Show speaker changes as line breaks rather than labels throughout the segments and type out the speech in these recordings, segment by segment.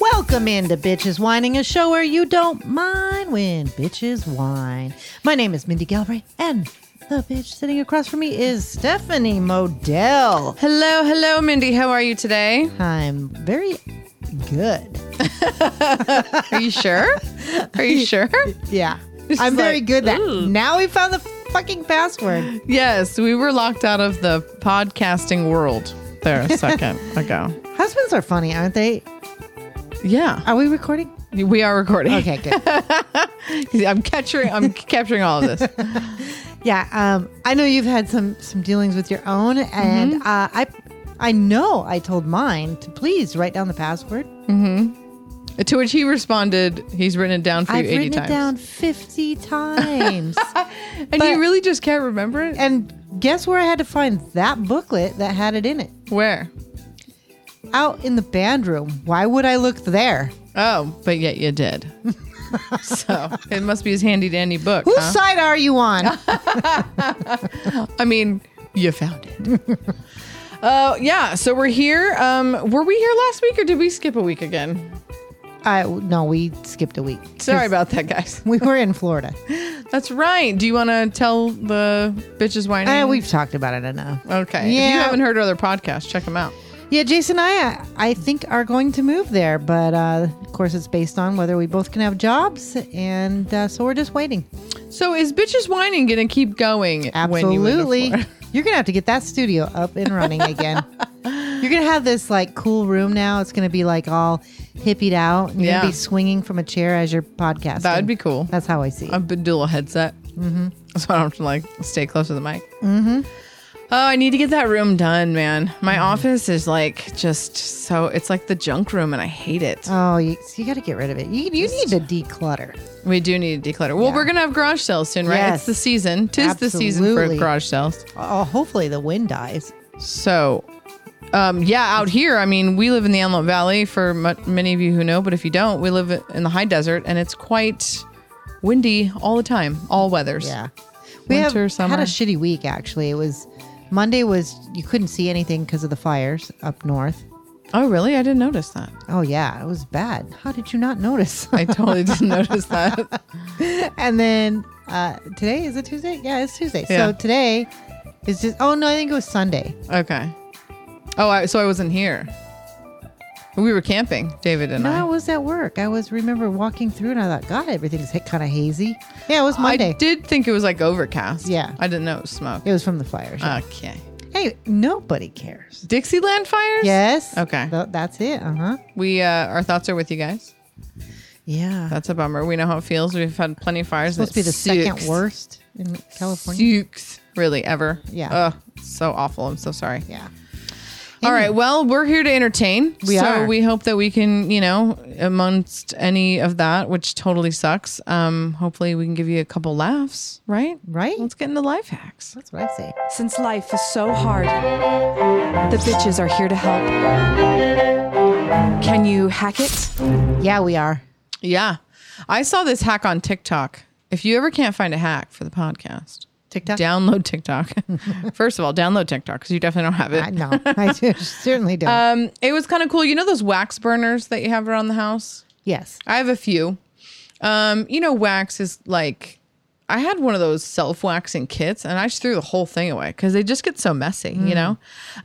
Welcome into Bitches Whining, a show where you don't mind when bitches whine. My name is Mindy Galbraith, and the bitch sitting across from me is Stephanie Modell.
Hello, hello, Mindy. How are you today?
I'm very good.
Are you sure? Are you sure?
Yeah, I'm very
like,
good. That
ooh.
now we found the fucking password.
Yes, we were locked out of the podcasting world there a second ago.
Husbands are funny, aren't they?
Yeah,
Are we recording?
we are recording.
Okay, good.
I'm capturing. I'm capturing all of this.
Yeah, um, I know you've had some some dealings with your own, and
Mm-hmm.
uh, I I know I told mine to please write down the password.
to which he responded, "He's written it down for
I've
you 80
written
times,
it down fifty times,
and
but-
you really just can't remember it.
and guess where I had to find that booklet that had it in it?
Where?
Out in the band room. Why would I look there?
Oh, but yet you did. so it must be his handy dandy book.
Whose
huh?
side are you on?
I mean, you found it. uh, yeah, so we're here. Um, were we here last week or did we skip a week again?
I no, we skipped a week.
Sorry about that, guys.
We were in Florida.
That's right. Do you want to tell the bitches why?
Uh, we've talked about it enough.
okay. If you
Yeah.
haven't heard our other podcasts, check them out.
Yeah, Jason and I, I think, are going to move there, but uh, of course, it's based on whether we both can have jobs, and uh, so we're just waiting.
So is bitches whining going to keep going? When you move to
Absolutely,
Florida?
you're gonna have to get that studio up and running again. You're gonna have this like cool room now. It's gonna be like all hippied out. And You're
Yeah.
gonna be swinging from a chair as you're podcasting.
That would be cool.
That's how I see it.
A Badula headset. Mm-hmm. So I don't have to like stay close to the mic. Mm-hmm. Oh, I need to get that room done, man. My
Mm-hmm.
office is like just so it's like the junk room, and I hate it.
oh, you, so you got to get rid of it. You, you need to declutter.
We do need to declutter. Well,
Yeah.
we're gonna have garage sales soon, right?
Yes.
It's the season. Tis the season for
Absolutely.
garage sales.
Oh, hopefully the wind dies.
So, um, yeah, out here, I mean, we live in the Antelope Valley for mu many of you who know, but if you don't, we live in the high desert, and it's quite windy all the time, all weathers.
Yeah. We
Winter,
have had
summer.
a shitty week actually. It was Monday was you couldn't see anything because of the fires up north.
Oh, really? I didn't notice that.
Oh yeah, it was bad. How did you not notice?
I totally didn't notice that.
and then uh, today is it Tuesday? Yeah, it's Tuesday.
Yeah.
So today is just oh no, I think it was Sunday.
Okay. Oh, I, so I wasn't here. We were camping, David and
No, I
I.
was at work. I was remember walking through and I thought, God, everything's kind of hazy. Yeah, it was Monday.
I did think it was like overcast.
Yeah.
I didn't know it was smoke.
It was from the fires.
Uh.
yeah.
Okay.
hey, nobody cares.
Dixieland fires?
Yes.
Okay.
Th- that's it. Uh huh.
We uh, our thoughts are with you guys.
Yeah.
That's a bummer. We know how it feels. We've had plenty of fires. and
supposed to be
it
the
sucks.
second worst in California.
Sucks, really ever.
Yeah.
Ugh, so awful. I'm so sorry.
Yeah.
All right. Well, we're here to entertain.
We
so
are.
we hope that we can, you know, amongst any of that, which totally sucks. Um, hopefully we can give you a couple laughs, right?
Right?
Let's get into life hacks.
That's what I say.
Since life is so hard, the bitches are here to help. Can you hack it?
Yeah, we are.
Yeah. I saw this hack on TikTok. If you ever can't find a hack for the podcast,
TikTok.
download TikTok. First of all, download TikTok because you definitely don't have it.
I, no, I do- certainly don't.
Um, it was kind of cool. You know those wax burners that you have around the house?
yes.
I have a few. Um, you know, wax is like I had one of those self waxing kits, and I just threw the whole thing away because they just get so messy, you know.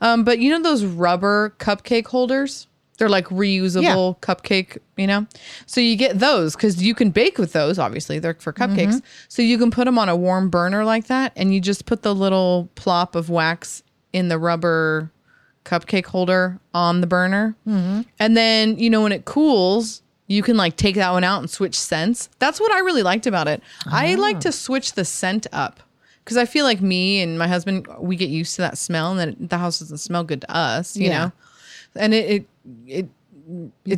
Um, but you know those rubber cupcake holders? They're like reusable cupcake, you know. So you get those because you can bake with those. Obviously, they're for cupcakes. So you can put them on a warm burner like that, and you just put the little plop of wax in the rubber cupcake holder on the burner. And then, you know, when it cools, you can like take that one out and switch scents. That's what I really liked about it. I like to switch the scent up because I feel like me and my husband, we get used to that smell and then the house doesn't smell good to us, you
Yeah.
know? And it, it, it it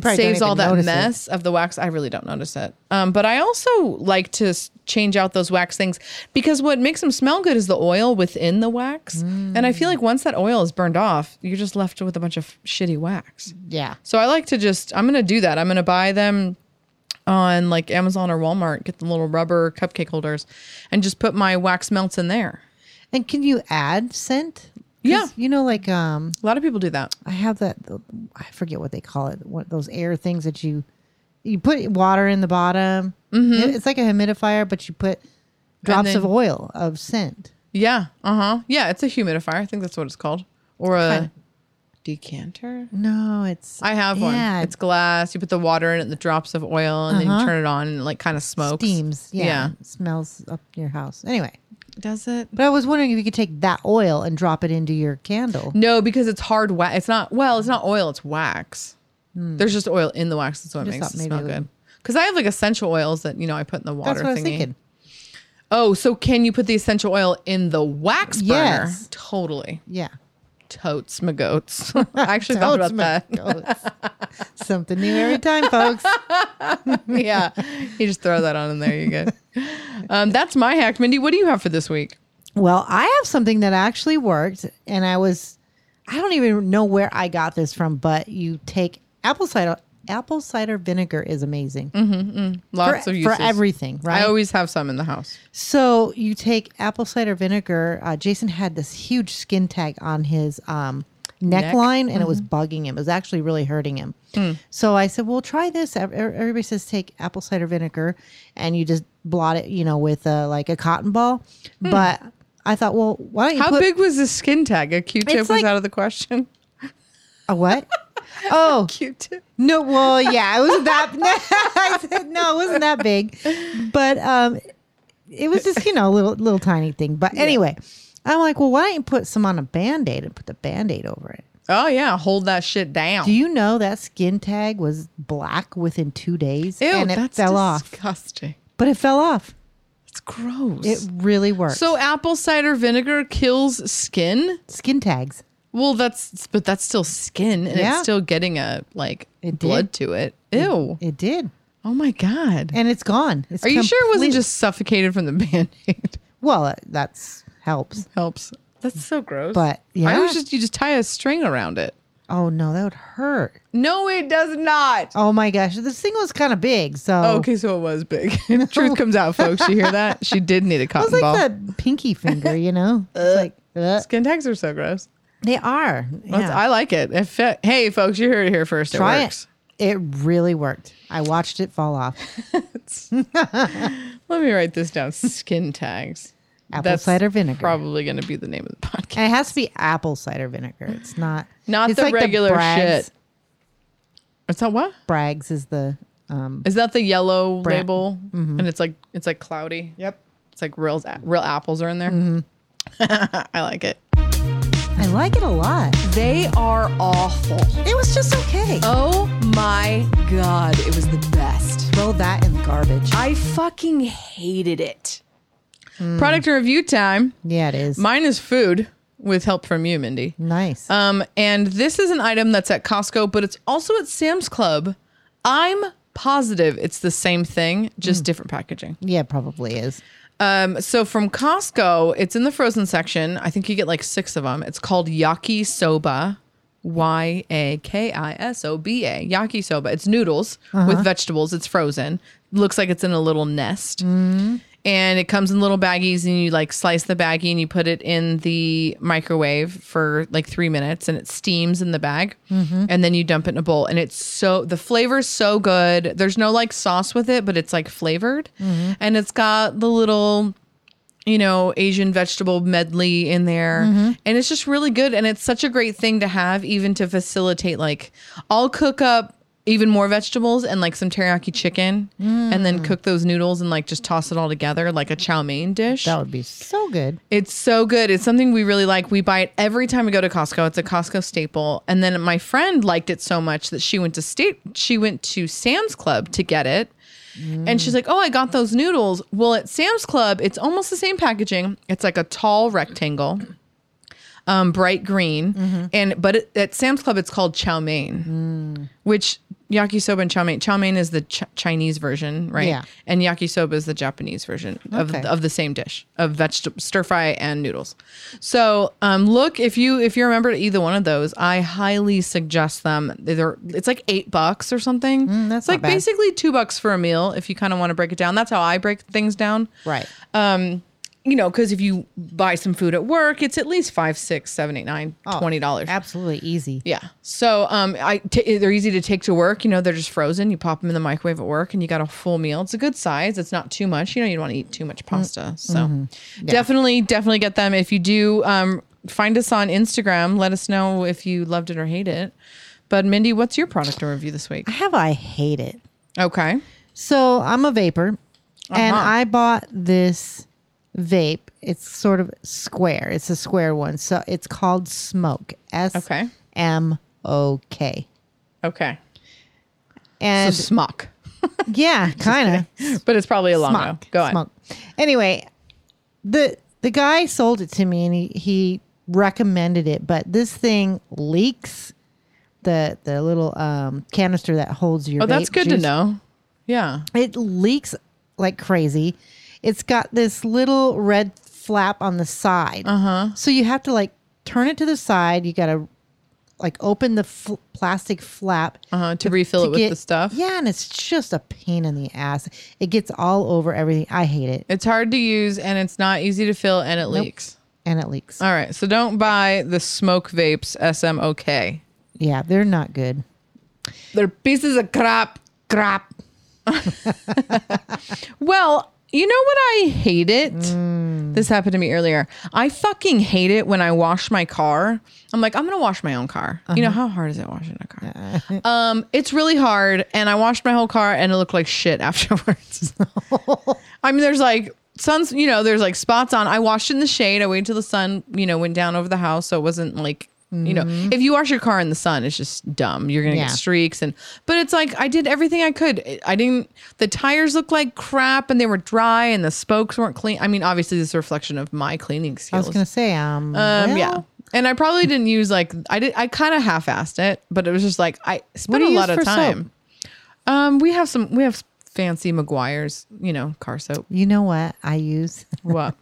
probably don't
saves all
even
that
notice it.
mess of the wax. I really don't notice it. Um, but I also like to s- change out those wax things because what makes them smell good is the oil within the wax. And I feel like once that oil is burned off, you're just left with a bunch of shitty wax.
Yeah.
So I like to just I'm gonna do that. I'm gonna buy them on like Amazon or Walmart, get the little rubber cupcake holders, and just put my wax melts in there.
And can you add scent? 'Cause,
Yeah.
You know, like um,
A lot of people do that.
I have that. I forget what they call it. What those air things that you you put water in the bottom. Mm-hmm. It's like a humidifier, but you put drops
then-
of oil of scent.
Yeah. Uh huh. Yeah, it's a humidifier. I think that's what it's called, or a decanter.
No, it's
I have
Yeah, Uh-huh.
one. It's glass. You put the water in it, the drops of oil, and then you turn it on, and it like kind of smokes.
steams. Yeah,
Yeah.
smells up your house. Anyway,
Does it?
but I was wondering if you could take that oil and drop it into your candle.
No, because it's hard wax. It's not. Well, it's not oil. It's wax. There's just oil in the wax. That's what
Hmm. Just
makes
thought
it
maybe
smell
it would-
good. Because I have like essential oils that you know I put in the water
That's what I was
thingy.
thinking.
Oh, so can you put the essential oil in the wax burner?
Yes.
Totally.
Yeah.
Totes my goats. I actually thought
Totes
about
my
that.
goats. Something new every time, folks.
yeah. You just throw that on in there. You good. Um, that's my hack, Mindy. What do you have for this week?
Well, I have something that actually worked, and I was, I don't even know where I got this from, but you take apple cider. Apple cider vinegar is amazing
Mm-hmm. Lots
for,
of
for
uses.
everything, right?
I always have some in the house.
So you take apple cider vinegar. Uh, Jason had this huge skin tag on his um,
Neck. Mm-hmm. Hmm.
neckline, and it was bugging him. It was actually really hurting him. So I said, "Well, try this." Ev- er- Everybody says take apple cider vinegar, and you just blot it, you know, with uh, like a cotton ball. But I thought, well, why don't you
Hmm. How
put
big was his skin tag? A Q-tip
It's
was
like-
out of the question.
a what? oh,
Q-tip.
No, well, yeah, it wasn't that. I said no, it wasn't that big, but um, it was just you know a little little tiny thing. But anyway, I'm like, well, why don't you put some on a band aid and put the band aid over it?
Oh yeah, hold that shit down.
Do you know that skin tag was black within two days
Ew,
and it
that's
fell off?
disgusting.
But it fell off.
It's gross.
It really worked.
so apple cider vinegar kills skin.
skin tags.
Well, that's but that's still skin, and
Yeah.
it's still getting a like
It did.
blood to it. Ew!
It did,
oh my god!
and it's gone. It's
Are you sure it wasn't
complete-
just suffocated from the band aid?
well? uh, That's helps,
Helps. That's so gross.
but yeah.
I was just you just tie a string around it.
oh no, that would hurt.
No, it does not.
Oh my gosh, this thing was kind of big. So
Oh, Okay, so it was big. Truth comes out, folks. You hear that? She did need a
It's
cotton
like
ball.
that pinky finger, you know? It's like, uh,
Skin tags are so gross.
they are.
That's-
Yeah.
I like it. If it- hey, folks, you heard it here first. It
Try
works.
it. It really worked. I watched it fall off.
Let me write this down. Skin tags.
Apple cider vinegar.
Probably going to be the name of the podcast.
And it has to be apple cider vinegar. It's not
Not
it's
the
like
regular
Bragg's.
shit. Is that what?
Bragg's is the um
Is that the yellow
Bra-
label? And it's like it's like cloudy.
Yep.
It's like real real apples are in there. I like it.
I like it a lot.
They are awful.
It was just okay.
Oh my god, it was the best.
Throw that in the garbage.
I fucking hated it.
Product review time.
yeah, it is.
Mine is food with help from you, Mindy.
nice.
Um, and this is an item that's at Costco, but it's also at Sam's Club. I'm positive it's the same thing, just different packaging.
yeah, probably is.
Um, so from Costco, it's in the frozen section. I think you get like six of them. It's called Yaki Soba. Y A K I S O B A. Yaki soba. It's noodles with vegetables. It's frozen. Looks like it's in a little nest. And it comes in little baggies and you like slice the baggie and you put it in the microwave for like three minutes and it steams in the bag. And then you dump it in a bowl. And it's so the flavor's so good. There's no like sauce with it, but it's like flavored. And it's got the little you know, Asian vegetable medley in there. And it's just really good. And it's such a great thing to have, even to facilitate. Like, I'll cook up even more vegetables and like some teriyaki chicken and then cook those noodles and like just toss it all together like a chow mein dish.
That would be so good.
It's so good. It's something we really like. We buy it every time we go to Costco. It's a Costco staple. And then my friend liked it so much that she went to state she went to Sam's Club to get it. And she's like, "Oh, I got those noodles." Well, at Sam's Club, it's almost the same packaging. It's like a tall rectangle. um, bright green, and but it, at Sam's Club it's called chow mein, which yakisoba and chow mein. Chow mein is the ch- Chinese version, right?
Yeah.
And yakisoba is the Japanese version of,
Okay.
of the same dish of vegetable stir fry and noodles. So um, look if you if you remember either one of those, I highly suggest them. They're it's like eight bucks or something.
Mm, that's
it's like
not bad.
basically two bucks for a meal if you kind of want to break it down. That's how I break things down
Right.
um you know because if you buy some food at work it's at least five six seven eight nine
Oh,
Uh, twenty dollars
Absolutely easy.
yeah so um i t- they're easy to take to work you know they're just frozen you pop them in the microwave at work and you got a full meal it's a good size it's not too much you know you don't want to eat too
Mm,
much
mm-hmm.
pasta so definitely definitely get them if you do um find us on instagram let us know if you loved it or hate it but mindy what's your product or review this week
I have I hate it.
okay
So I'm a vapor, and
Uh-huh.
I bought this vape. It's sort of square. It's a square one. So it's called Smoke. S
Okay.
M O K.
okay so
And
smock
yeah, kind of.
but it's probably a long no.
Smock.
go on
Smock. Anyway, the the guy sold it to me and he, he recommended it, but this thing leaks the the little um, canister that holds your.
Oh, that's
vape
good to
juice.
know. Yeah.
It leaks like crazy. It's got this little red flap on the side. Uh
Uh-huh.
huh. So you have to like turn it to the side. You got to like open the fl- plastic flap
Uh, to refill it with
get-
the stuff.
Yeah, and it's just a pain in the ass. It gets all over everything. I hate it.
It's hard to use and it's not easy to fill and it leaks.
and it leaks.
All right. So don't buy the smoke vapes S M O K.
Yeah, they're not good.
They're pieces of crap.
Crap.
Well, you know what I hate it? This happened to me earlier. I fucking hate it when I wash my car. I'm like, I'm gonna wash my own car. You know how hard is it washing a car? um, it's really hard, and I washed my whole car, and it looked like shit afterwards. I mean, there's like suns, you know, there's like spots on. I washed in the shade. I waited till the sun, you know, went down over the house, so it wasn't like. You know, if you wash your car in the sun, it's just dumb. You're gonna
Mm-hmm. Yeah.
get streaks, and but it's like I did everything I could. I- I didn't. The tires looked like crap, and they were dry, and the spokes weren't clean. I mean, obviously, this is a reflection of my cleaning
I
skills.
was gonna say, um,
um,
well,
yeah, and I probably didn't use like I did. I kind of half-assed it, but it was just like I spent
do
a
you
lot
use
of
for soap?
time. Um, we have some. We have fancy McGuire's, you know, car soap.
You know what I use?
What?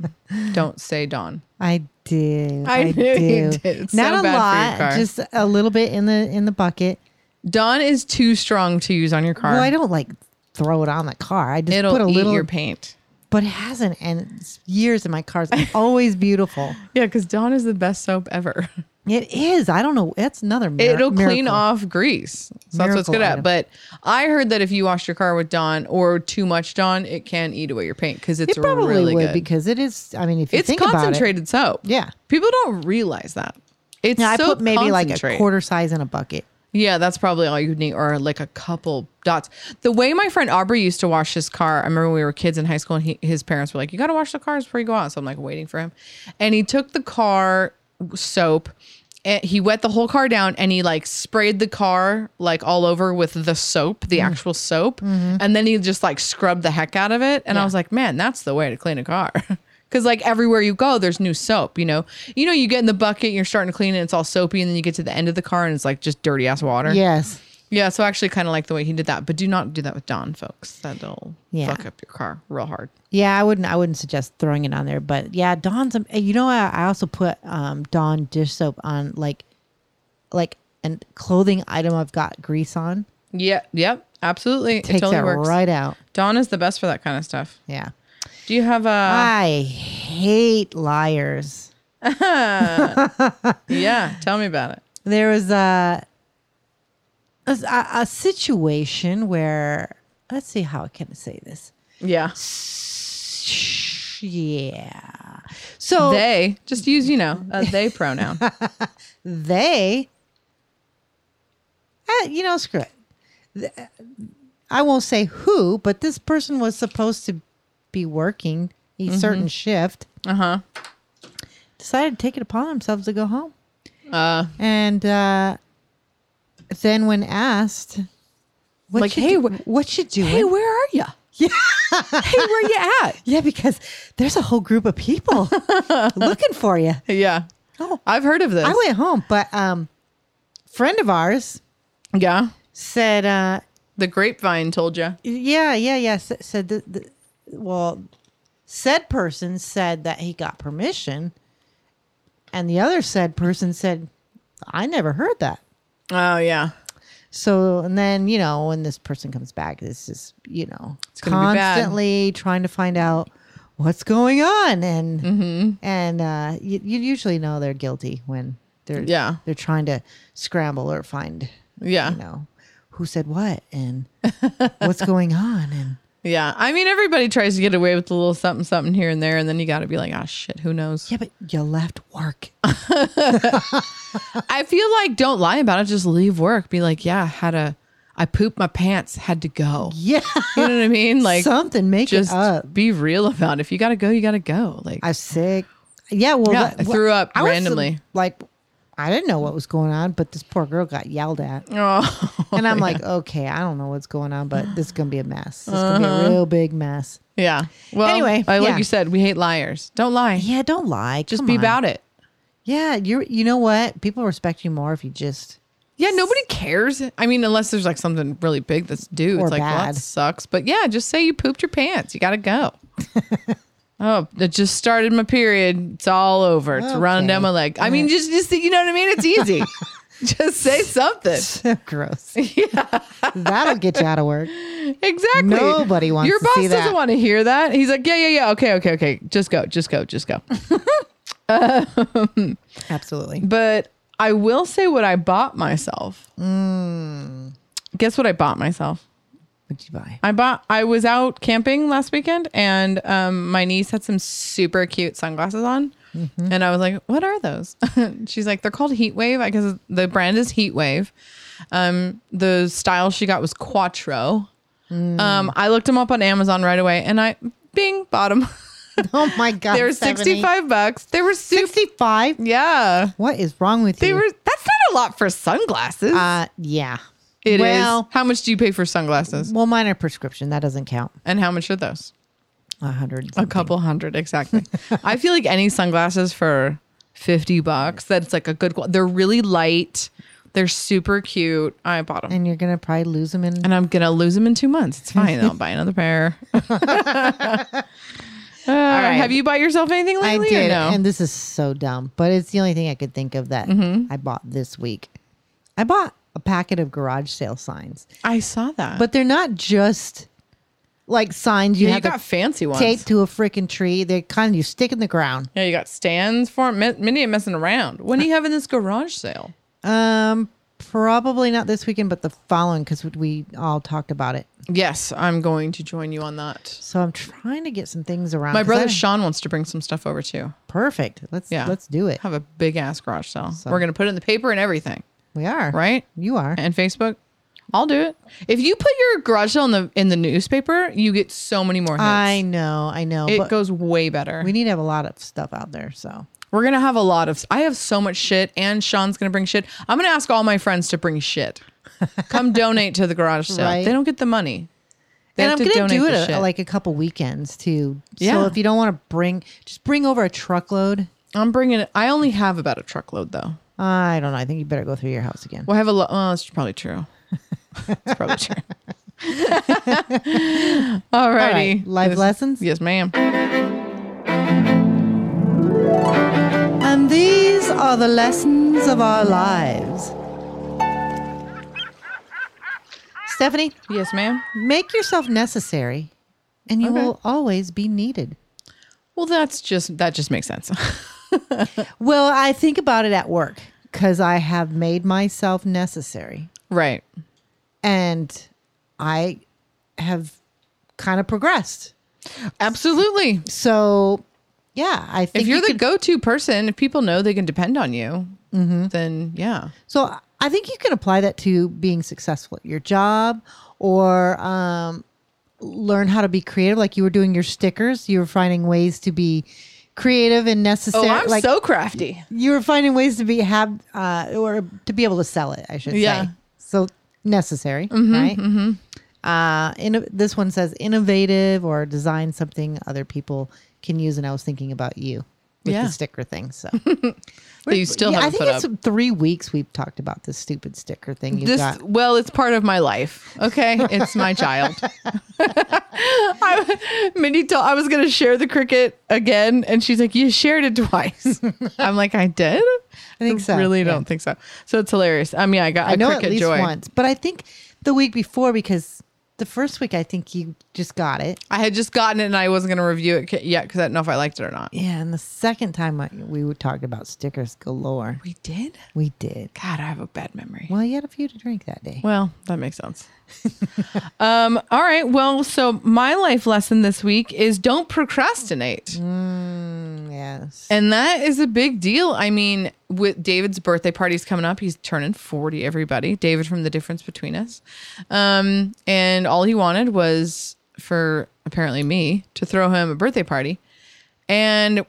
Don't say Dawn.
I do.
I
I,
knew
do.
you did. It's
Not
so
a
bad for
lot,
your car.
just a little bit in the in the bucket.
Dawn is too strong to use on your car.
Well, I don't like throw it on the car. I just
It'll
put a
eat
little,
your paint.
but it hasn't. And it's years in my car's always beautiful.
Yeah, because Dawn is the best soap ever.
It is. I don't know. That's another. Mir-
It'll clean
miracle.
off grease. So that's what it's
Miracle
good at.
item.
But I heard that if you wash your car with Dawn or too much Dawn, it can eat away your paint because it's
It probably
really
would
good.
because it is. I mean, if you
it's
think about it,
concentrated soap.
Yeah.
People don't realize that. It's
yeah, I
so
put maybe like a
concentrate.
quarter size in a bucket.
Yeah, that's probably all you need, or like a couple dots. The way my friend Aubrey used to wash his car, I remember when we were kids in high school, and he, his parents were like, "You got to wash the cars before you go out." So I'm like waiting for him, and he took the car soap, and he wet the whole car down, and he like sprayed the car like all over with the soap, the actual soap, and then he just like scrubbed the heck out of it. And I was like, "Man, that's the way to clean a car." Cause like everywhere you go, there's new soap. You know, you know, you get in the bucket, you're starting to clean it, it's all soapy, and then you get to the end of the car, and it's like just dirty ass water.
Yes.
yeah. So I actually, kind of like the way he did that, but do not do that with Don, folks. That'll
Yeah.
fuck up your car real hard.
Yeah, I wouldn't. I wouldn't suggest throwing it on there, but yeah, Dawn's. um, You know, I, I also put um, Dawn dish soap on like, like an clothing item I've got grease on
Yeah. Yep. Absolutely.
takes
it totally
that
works.
right out.
Don is the best for that kind of stuff.
Yeah,
Do you have uh, a?
I hate liars.
yeah. Tell me about it.
There was a, a a situation where let's see how I can say this.
Yeah.
Yeah. So
They just use you know a they pronoun.
they Uh, you know screw it Th- i won't say who but this person was supposed to be working a
Mm-hmm.
certain shift
Uh huh.
decided to take it upon themselves to go home
Uh,
and uh, then when asked what
Like,
you
"Hey,
do-
wh-
what you doing
hey, where are you? Yeah. hey, where you at?
yeah because there's a whole group of people looking for you
Yeah.
Oh.
I've heard of this.
I went home, but um, friend of ours
yeah.
said, uh,
The grapevine told you.
yeah, yeah, yeah. s- Said the, the well, said person said that he got permission, and the other said person said, I never heard that.
Oh yeah.
So and then you know when this person comes back, this is you know
gonna be bad.
constantly trying to find out what's going on, and
Mm-hmm.
and uh, you, you usually know they're guilty when they're
Yeah.
they're trying to scramble or find
Yeah.
you know who said what and what's going on and
Yeah. I mean everybody tries to get away with a little something something here and there and then you gotta be like, oh shit, who knows?
yeah, but you left work.
I feel like don't lie about it, just leave work. Be like, yeah, had a I pooped my pants, had to go.
Yeah,
You know what I mean? Like
something make
just
it up.
be real about it. If you gotta go, you gotta go. Like
I was sick. Yeah, well,
Yeah, I threw up
was,
randomly.
like I didn't know what was going on, but this poor girl got yelled at.
oh
And I'm like, okay, I don't know what's going on, but this is gonna be a mess. This is gonna be
Uh-huh.
a real big mess.
Yeah. Well
Anyway,
I, like
yeah.
you said, we hate liars. Don't lie.
Yeah, don't lie.
Just be about it.
Yeah, you are you know what? People respect you more if you just
Yeah, nobody cares. I mean, unless there's like something really big that's due.
Or
it's like, well,
bad.
that sucks. But yeah, just say you pooped your pants. You got to go. oh, it just started my period. It's all over. It's running down
Okay.
my leg. I mean, just, just, you know what I mean? It's easy. just say something.
gross. Yeah. That'll get you out of work.
Exactly.
Nobody wants
Your
to
boss
see
doesn't
that.
want to hear that. He's like, yeah, yeah, yeah. Okay, okay, okay. Just go. Just go. Just go.
Absolutely.
But I will say what I bought myself.
Hmm.
Guess what I bought myself?
What'd you buy?
I bought. I was out camping last weekend, and um, my niece had some super cute sunglasses on,
Mm-hmm.
and I was like, "What are those?" She's like, "They're called Heat Wave. I guess the brand is Heat Wave. Um, the style she got was Quattro.
Mm.
Um, I looked them up on Amazon right away, and I, Bing, bought them.
Oh my god.
they were
70.
sixty-five bucks. They were super.
65?
Yeah,
What is wrong with
they
you?
were. That's not a lot for sunglasses.
uh yeah.
It is.
well-
How much do you pay for sunglasses?
Well, mine are prescription. That doesn't count.
And how much are those?
A hundred.
A couple hundred, exactly. I feel like any sunglasses for 50 bucks, that's like a good qual- They're really light. They're super cute. I bought them.
And you're gonna probably lose them in
And I'm going to lose them in two months. It's fine. I'll buy another pair. All right. Have you bought yourself anything
I
lately? or
did,
no?
and this is so dumb, but it's the only thing I could think of that
Mm-hmm.
I bought this week. I bought a packet of garage sale signs,
I saw that.
but they're not just like signs you
yeah, you
have to
got fancy ones.
tape to a freaking tree. They're kind of you stick in the ground.
Yeah, you got stands for 'em. Mi- Minnie ain't messing around. When are you having this garage sale?
Um, probably not this weekend, but the following because we all talked about it.
Yes, I'm going to join you on that.
So I'm trying to get some things around.
My
'cause
brother
I-
Sean wants to bring some stuff over too.
perfect. Let's
Yeah.
let's do it.
Have a big ass garage sale. We're going to put it in the paper and everything,
We are
right?
You are.
And Facebook. I'll do it. If you put your garage sale in the in the newspaper, you get so many more hits.
I know. I know.
it
but
goes way better.
we need to have a lot of stuff out there. So
We're going to have a lot of I have so much shit and Sean's going to bring shit. I'm going to ask all my friends to bring shit. Come donate to the garage sale.
Right.
They don't get the money. They
and I'm
have to
gonna do
donate
it
the
a-
shit.
like a couple weekends too. So
Yeah.
if you don't want to bring, just bring over a truckload.
I'm bringing it. I only have about a truckload though.
I don't know. I think you better go through your house again.
Well, I have a lot. Well, that's probably true. That's probably true. All righty.
right, life lessons?
Yes, ma'am.
And these are the lessons of our lives. Stephanie,
Yes, ma'am.
make yourself necessary, and you
Okay.
will always be needed.
Well, that's just that just makes sense.
Well, I think about it at work because I have made myself necessary.
right.
and I have kind of progressed.
Absolutely.
So, yeah, I think
If you're
you
the
could-
go-to person, if people know they can depend on you,
Mm-hmm.
then yeah.
so I think you can apply that to being successful at your job or um, learn how to be creative. Like you were doing your stickers, you were finding ways to be creative and necessary. like
Oh, crafty.
you were finding ways to be have uh, or to be able to sell it. I should
Yeah.
say. So necessary, right? Mm-hmm. Uh, in, this one says innovative or design something other people can use, and I was thinking about you. with
Yeah.
the sticker thing. So
That you still
yeah, I
haven't
think
put
it's
up.
three weeks we've talked about this stupid sticker thing you
This
got.
well, it's part of my life. Okay, it's my child. I, Mindy told I was going to share the cricket again, and she's like, "You shared it twice." I'm like, "I did." I
think so,
Really,
yeah.
don't think so. So it's hilarious. Um, yeah, I got.
I
a
know at
cricket
least
joy.
once, but I think the week before because the first week I think you just got it.
I had just gotten it, and I wasn't going to review it ca- yet because I didn't know if I liked it or not.
Yeah, and the second time I, we talked about stickers galore,
We did.
we did.
God, I have a bad memory.
Well, you had a few to drink that day.
Well, that makes sense. um, all right. Well, so my life lesson this week is don't procrastinate.
Yes.
And that is a big deal. I mean, with David's birthday party's coming up, he's turning 40, everybody. David from The Difference Between Us. Um, and all he wanted was for apparently me to throw him a birthday party. And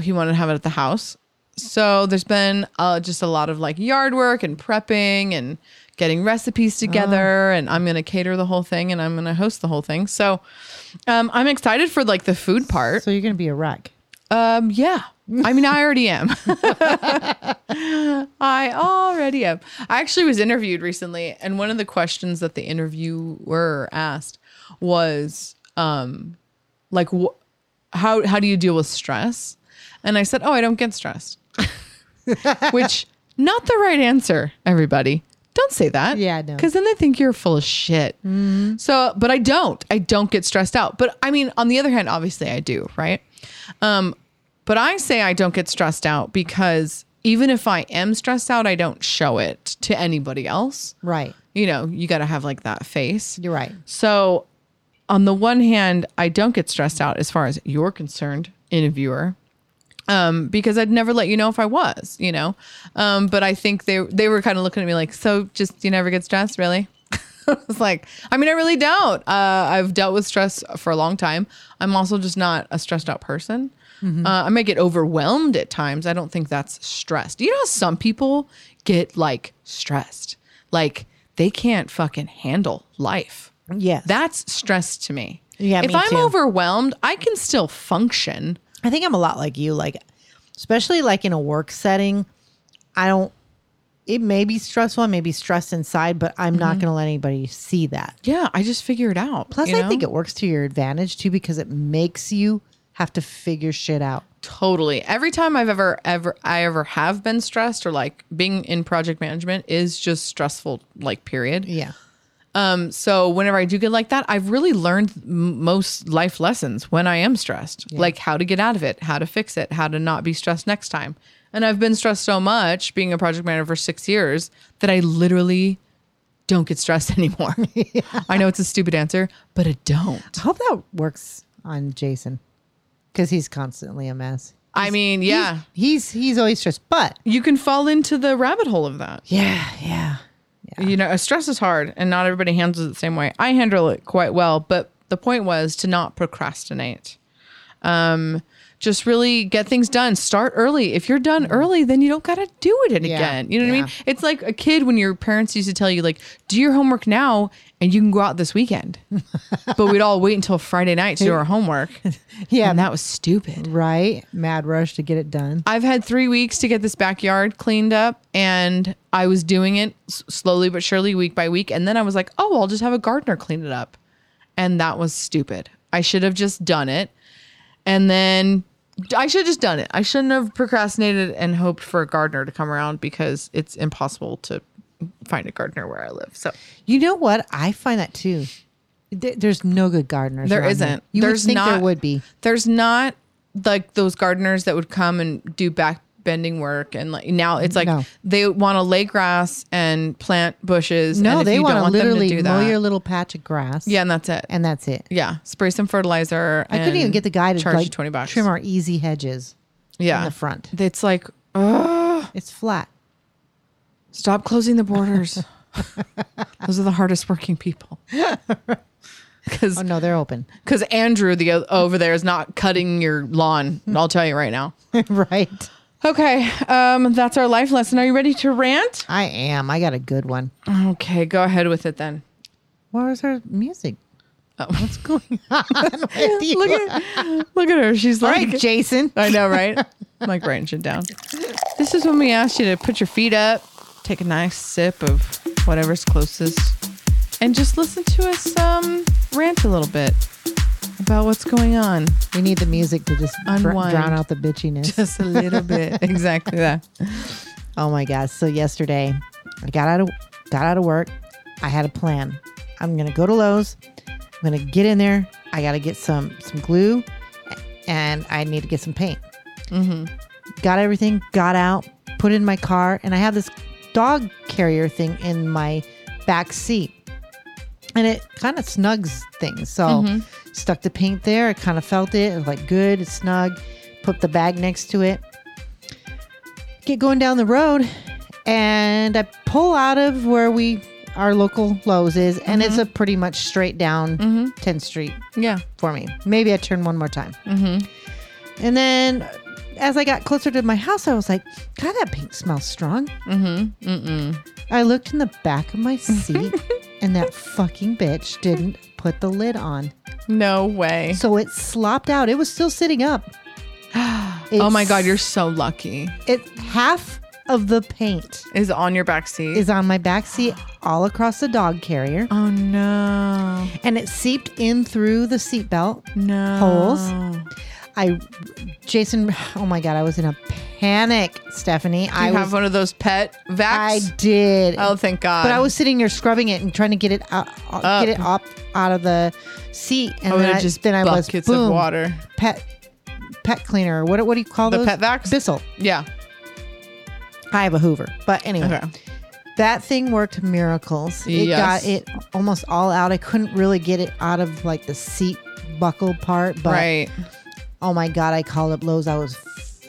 he wanted to have it at the house. So there's been uh, just a lot of like yard work and prepping and getting recipes together. And I'm going to cater the whole thing and I'm going to host the whole thing. So um, I'm excited for like the food part.
So you're gonna be a wreck.
Um, yeah. I mean, I already am. I already am. I actually was interviewed recently, and one of the questions that the interviewer asked was, um, like, wh- how how do you deal with stress? And I said, oh, I don't get stressed, which not the right answer, everybody. Don't say that.
Yeah, Mm-hmm. I know.
Because then they think you're full of shit. So, but I don't. I don't get stressed out. But I mean, on the other hand, obviously I do, right? Um, but I say I don't get stressed out because even if I am stressed out, I don't show it to anybody else.
Right.
You know, you got to have like that face.
You're right.
So, on the one hand, I don't get stressed out as far as you're concerned, interviewer, um, because I'd never let you know if I was, you know. Um, but I think they they were kind of looking at me like, so just you never get stressed, really. I was like, I mean, I really don't. Uh, I've dealt with stress for a long time. I'm also just not a stressed out person.
Mm-hmm.
Uh, I may get overwhelmed at times. I don't think that's stressed. You know, how some people get like stressed, like they can't fucking handle life.
Yes.
That's stress to me.
Yeah,
if
me
I'm
too.
overwhelmed, I can still function.
I think I'm a lot like you, like especially like in a work setting. I don't it may be stressful, I may be stressed inside, but I'm not gonna let anybody see that.
Yeah, I just figure it out.
Plus
you
I think
know?
it works to your advantage too because it makes you have to figure shit out.
totally. Every time I've ever ever I ever have been stressed or like being in project management is just stressful like period.
Yeah.
Um so whenever I do get like that, I've really learned m- most life lessons when I am stressed. Like how to get out of it, how to fix it, how to not be stressed next time. And I've been stressed so much being a project manager for 6 years that I literally don't get stressed anymore. I know it's a stupid answer, but I don't.
I hope that works on Jason. Because he's constantly a mess.
I mean, yeah.
He's he's always stressed. But
You can fall into the rabbit hole of that.
yeah, yeah.
You know, stress is hard and not everybody handles it the same way. I handle it quite well, but the point was to not procrastinate. Um just really get things done. Start early. If you're done early, then you don't gotta do it
Mm-hmm. Yeah,
again. You know what I
yeah.
mean? It's like a kid when your parents used to tell you, like, do your homework now and you can go out this weekend. but we'd all wait until Friday night to do our homework.
Yeah.
And that was stupid.
right. Mad rush to get it done.
I've had three weeks to get this backyard cleaned up, and I was doing it s- slowly but surely, week by week. And then I was like, oh, I'll just have a gardener clean it up. And that was stupid. I should have just done it. And then I should have just done it. I shouldn't have procrastinated and hoped for a gardener to come around because it's impossible to find a gardener where I live. So
You know what? I find that too. There- There's no good gardeners.
there
around here.
isn't.
You
there's
would think
not.
there would be.
There's not like those gardeners that would come and do back bending work and like now it's like
No.
they want to lay grass and plant bushes. and
No,
if
they
you don't
want to
them
literally
do
mow
that-
your little patch of grass.
yeah, and that's it.
and that's it.
yeah, spray some fertilizer.
I couldn't even get the guy to
charge
like
you twenty bucks.
trim our easy hedges.
yeah,
the front.
It's like, ugh,
It's flat.
stop closing the borders. those are the hardest working people. Because
Oh no, they're open.
because Andrew the o- over there is not cutting your lawn. I'll tell you right now.
right.
Okay, um, that's our life lesson. Are you ready to rant?
I am. I got a good one.
Okay, go ahead with it then.
Where's our music?
Oh.
What's going on? with you?
Look at, look at her. She's
All
like,
right, Jason.
I know, right? I'm like writing shit down. This is when we asked you to put your feet up, take a nice sip of whatever's closest, and just listen to us um, rant a little bit about what's going on.
We need the music to just dr-
Unwind.
drown out the bitchiness.
Just a little bit. exactly that.
Oh my gosh. So yesterday I got out of got out of work. I had a plan. I'm gonna go to Lowe's. I'm gonna get in there. I gotta get some some glue and I need to get some paint. Got everything, got out, put it in my car, and I have this dog carrier thing in my back seat. And it kind of snugs things. So stuck the paint there. I kind of felt it. It was like good, it's snug. Put the bag next to it get going down the road and I pull out of where we our local Lowe's is and it's
Mm-hmm.
a pretty much straight down 10th Street
Yeah.
for me. Maybe I turn one more time.
Mm-hmm.
And then as I got closer to my house, I was like, God, that paint smells strong.
Mm-hmm.
I looked in the back of my seat and that fucking bitch didn't put the lid on.
No way.
So it slopped out. It was still sitting up.
oh my
It's-
God, you're so lucky.
It half of the paint
Is on your back seat.
is on my back seat all across the dog carrier
oh no.
and it seeped in through the seatbelt
No.
Holes? I Jason oh my god I was in a panic Stephanie I
I have
was
one of those pet
I
vacs.
did
oh, thank God.
but I was sitting here scrubbing it and trying to get it out, uh,
Up.
get it up out of the seat and
Oh,
then
they're
I,
just
then I was
buckets
boom,
of water.
pet pet cleaner what what do you call
The
those
pet vacs?
Bissell
Yeah.
I have a Hoover but anyway
Okay.
That thing worked miracles. It
Yes.
got it almost all out. I couldn't really get it out of like the seat buckle part, but
right.
oh my god, I called up Lowe's. I was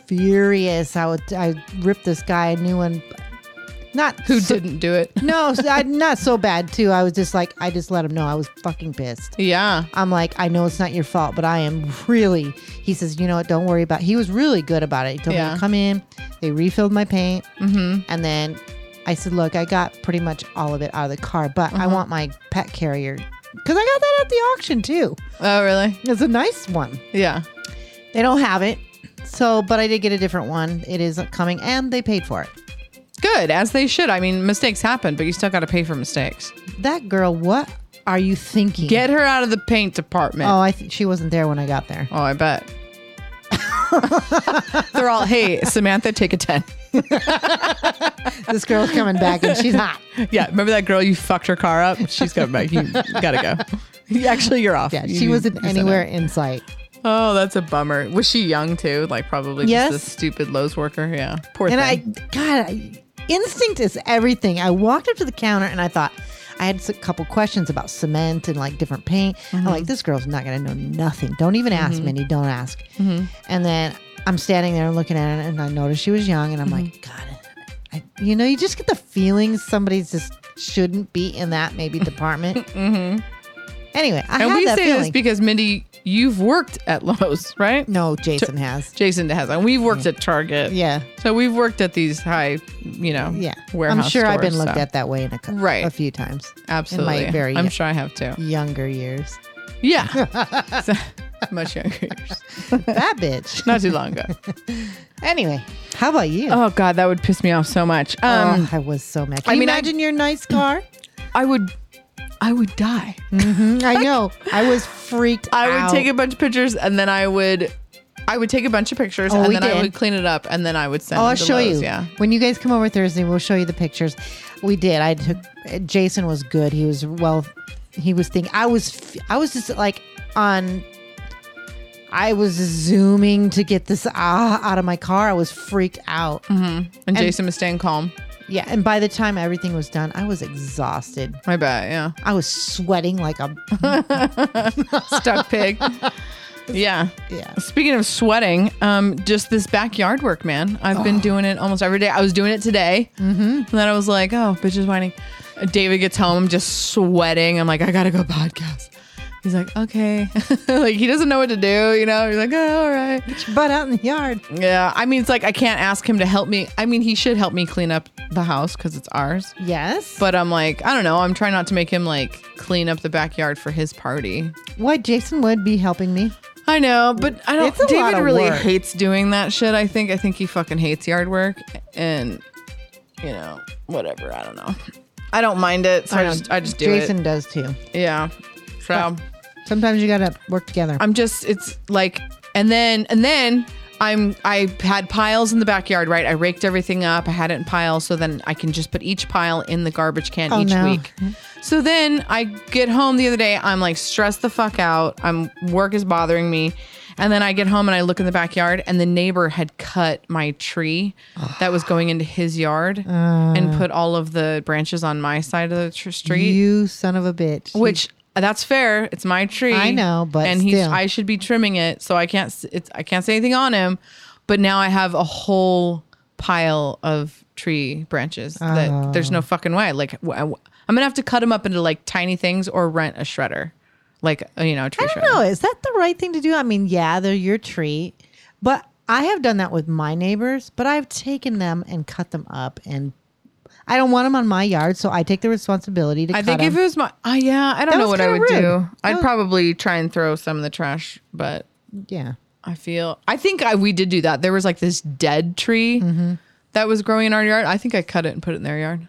furious. I would I ripped this guy a new one. Not
Who
so-
didn't do it?
No, so I, not so bad too. I was just like I just let him know I was fucking pissed.
Yeah.
I'm like, I know it's not your fault, but I am really. He says, you know what? Don't worry about. He was really good about it. He told me
Yeah. Mm-hmm.
to come in. They refilled my paint, and then I said, look, I got pretty much all of it out of the car, but I
Uh-huh.
want my pet carrier because I got that at the auction too.
Oh, really?
It's a nice one.
Yeah.
They don't have it, so but I did get a different one. It is coming, and they paid for it.
Good, as they should. I mean, mistakes happen, but you still got to pay for mistakes.
That girl, what are you thinking?
Get her out of the paint department.
Oh, I th- she wasn't there when I got there.
Oh, I bet. They're all, hey, Samantha, take a 10.
This girl's coming back, and she's hot.
Yeah, remember that girl you fucked her car up? She's coming back. You gotta go. Actually, you're off.
Yeah,
You-
she wasn't
you said no.
anywhere in sight.
Oh, that's a bummer. Was she young too? Like probably
Yes.
just a stupid Lowe's worker. Yeah, poor
and
thing.
I, God, I, instinct is everything. I walked up to the counter and I thought, I had a couple questions about cement and like different paint. I'm
Mm-hmm.
like, this girl's not going to know nothing. Don't even ask, Mindy. Don't ask.
Mm-hmm.
And then I'm standing there and looking at her and I noticed she was young and I'm
Mm-hmm.
like, God, I, you know, you just get the feeling somebody just shouldn't be in that maybe department. Anyway, I
Mm-hmm. and
had
we
that
say
feeling.
this because Mindy, you've worked at Lowe's, right?
no, Jason has.
Jason has, and we've worked at Target.
Yeah.
So we've worked at these high, you know,
Yeah.
warehouse.
I'm sure I've been
stores,
looked
so-
at that way in a, cou-
Right.
a few times.
Absolutely.
In my very
I'm sure I have too.
younger years.
Yeah. So- much younger years.
that bitch.
Not too long ago.
Anyway, how about you?
Oh God, that would piss me off so much. Um,
Oh, I was so mad. Can
I
you
mean, I-
imagine your nice car?
I would, I would die.
I know. I was freaked
Mm-hmm. I would
out.
take a bunch of pictures and then I would I would take a bunch of pictures
Oh,
and
we
then I
did.
would clean it up and then I would send
Oh,
them
I'll
to
show
Lowe's,
you.
Yeah.
When you guys come over Thursday, we'll show you the pictures. We did. I took. Jason was good. He was well. He was thinking. I was. f- I was just like on. I was zooming to get this ah out of my car. I was freaked out.
Mm-hmm. And, Jason was staying calm.
Yeah, and by the time everything was done, I was exhausted.
I bet, yeah.
I was sweating like a
Stuck pig. yeah.
yeah.
Speaking of sweating, um, just this backyard work, man. I've
Oh.
been doing it almost every day. I was doing it today. Mm-hmm. And then I was like, oh, bitch is whining. David gets home, just sweating. I'm like, I gotta go podcast. He's like, okay. like, he doesn't know what to do, you know? He's like, oh, all right.
Butt out in the yard.
Yeah, I mean, it's like I can't ask him to help me. I mean, he should help me clean up the house because it's ours.
Yes.
But I'm like, I don't know. I'm trying not to make him like clean up the backyard for his party.
Why Jason would be helping me.
I know, but I don't.
It's a lot
David
of
really
work.
hates doing that shit. I think. I think he fucking hates yard work, and you know, whatever. I don't know. I don't mind it. So I,
know.
just, I just do
Jason does too.
it. Yeah. So
Sometimes you gotta work together.
I'm just. It's like, and then, and then. I'm I had piles in the backyard, right? I raked everything up. I had it in piles, so then I can just put each pile in the garbage can
Oh,
each
no.
week. So then I get home the other day. I'm like stressed the fuck out. I'm work is bothering me. And then I get home and I look in the backyard and the neighbor had cut my tree that was going into his yard and put all of the branches on my side of the tr- street,
you son of a bitch.
which that's fair. It's my tree.
I know, but
and he's
still.
I should be trimming it, so I can't s- it's I can't say anything on him, but now I have a whole pile of tree branches
Oh.
that there's no fucking way. Like w- I, am gonna have to cut them up into like tiny things or rent a shredder, like uh, you know, a tree
I
shredder.
don't know. Is that the right thing to do? I mean, yeah, they're your tree, but I have done that with my neighbors. But I've taken them and cut them up, and I don't want them on my yard, so I take the responsibility to.
I
cut
think if
them.
it was my, oh, yeah, I don't
That
know
was
what I
kinda
would
rude.
do. I'd
That-
probably try and throw some in the trash, but
yeah,
I feel I think I we did do that. There was like this dead tree
Mm-hmm.
that was growing in our yard. I think I cut it and put it in their yard.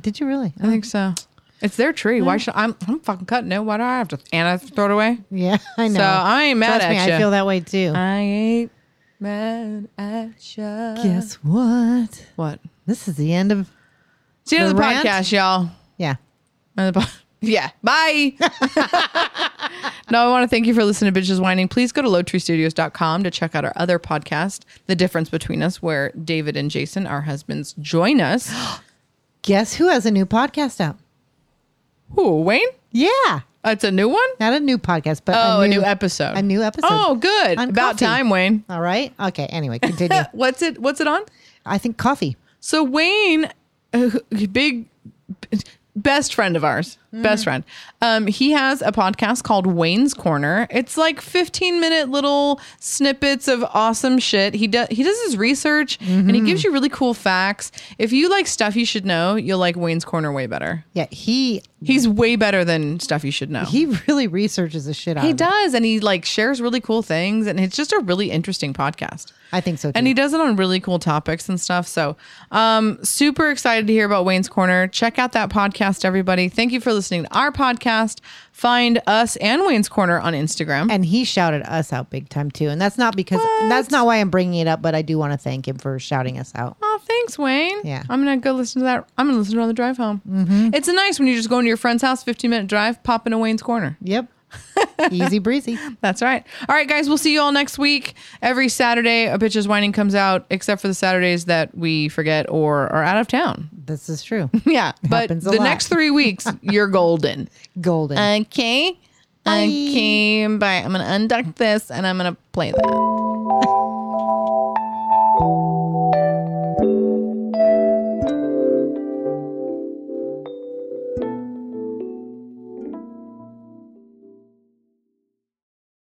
did you really?
I think so. It's their tree. Why should I'm I'm fucking cutting it? Why do I have to? And I throw it away.
Yeah, I know.
So I ain't mad
Trust
at
me,
ya. Uh,
I feel that way too.
I ain't mad at you.
Guess what?
What?
This is the end of
It's the end of
The
the
rant?
podcast, y'all.
yeah.
And the po- Yeah. Bye. no, I want to thank you for listening to Bitches Whining. Please go to lowtreestudios.com to check out our other podcast, The Difference Between Us, where David and Jason, our husbands, join us.
Guess who has a new podcast out?
Who, Wayne?
Yeah,
That's a new one?
not a new podcast, but
Oh, a new episode.
A new episode.
Oh, good.
on
About
coffee.
time, Wayne.
All right. Okay. Anyway, continue.
What's it what's it on?
I think coffee.
So Wayne, uh, big best friend of ours, best friend. Um, he has a podcast called Wayne's Corner. It's like 15 minute little snippets of awesome shit. He does he does his research and he gives you really cool facts. If you like stuff you should know, you'll like Wayne's Corner way better.
Yeah, he
He's way better than stuff you should know. Um,
he really researches the shit out.
He
of it.
does, and he like shares really cool things, and it's just a really interesting podcast.
I think so too.
And he does it on really cool topics and stuff. So, um, super excited to hear about Wayne's Corner. Check out that podcast, everybody. Thank you for listening to our podcast. Find us and Wayne's Corner on Instagram.
and he shouted us out big time too. And that's not because that's not why I'm bringing it up, but I do want to thank him for shouting us out.
Oh, thanks, Wayne.
Yeah. Mm-hmm.
I'm gonna go listen to that. I'm gonna listen to it on the drive home. It's nice when you just go into your friend's house, 15 minute drive, pop into Wayne's Corner.
Yep. Easy breezy.
That's right. All right, guys, we'll see you all next week. Every Saturday, a bitch's whining comes out, except for the Saturdays that we forget or are out of town.
This is true.
Yeah, but
Happens a
the
lot.
next three weeks, you're golden.
Golden.
Okay. Okay. Bye. I'm gonna unduck this and I'm gonna play that.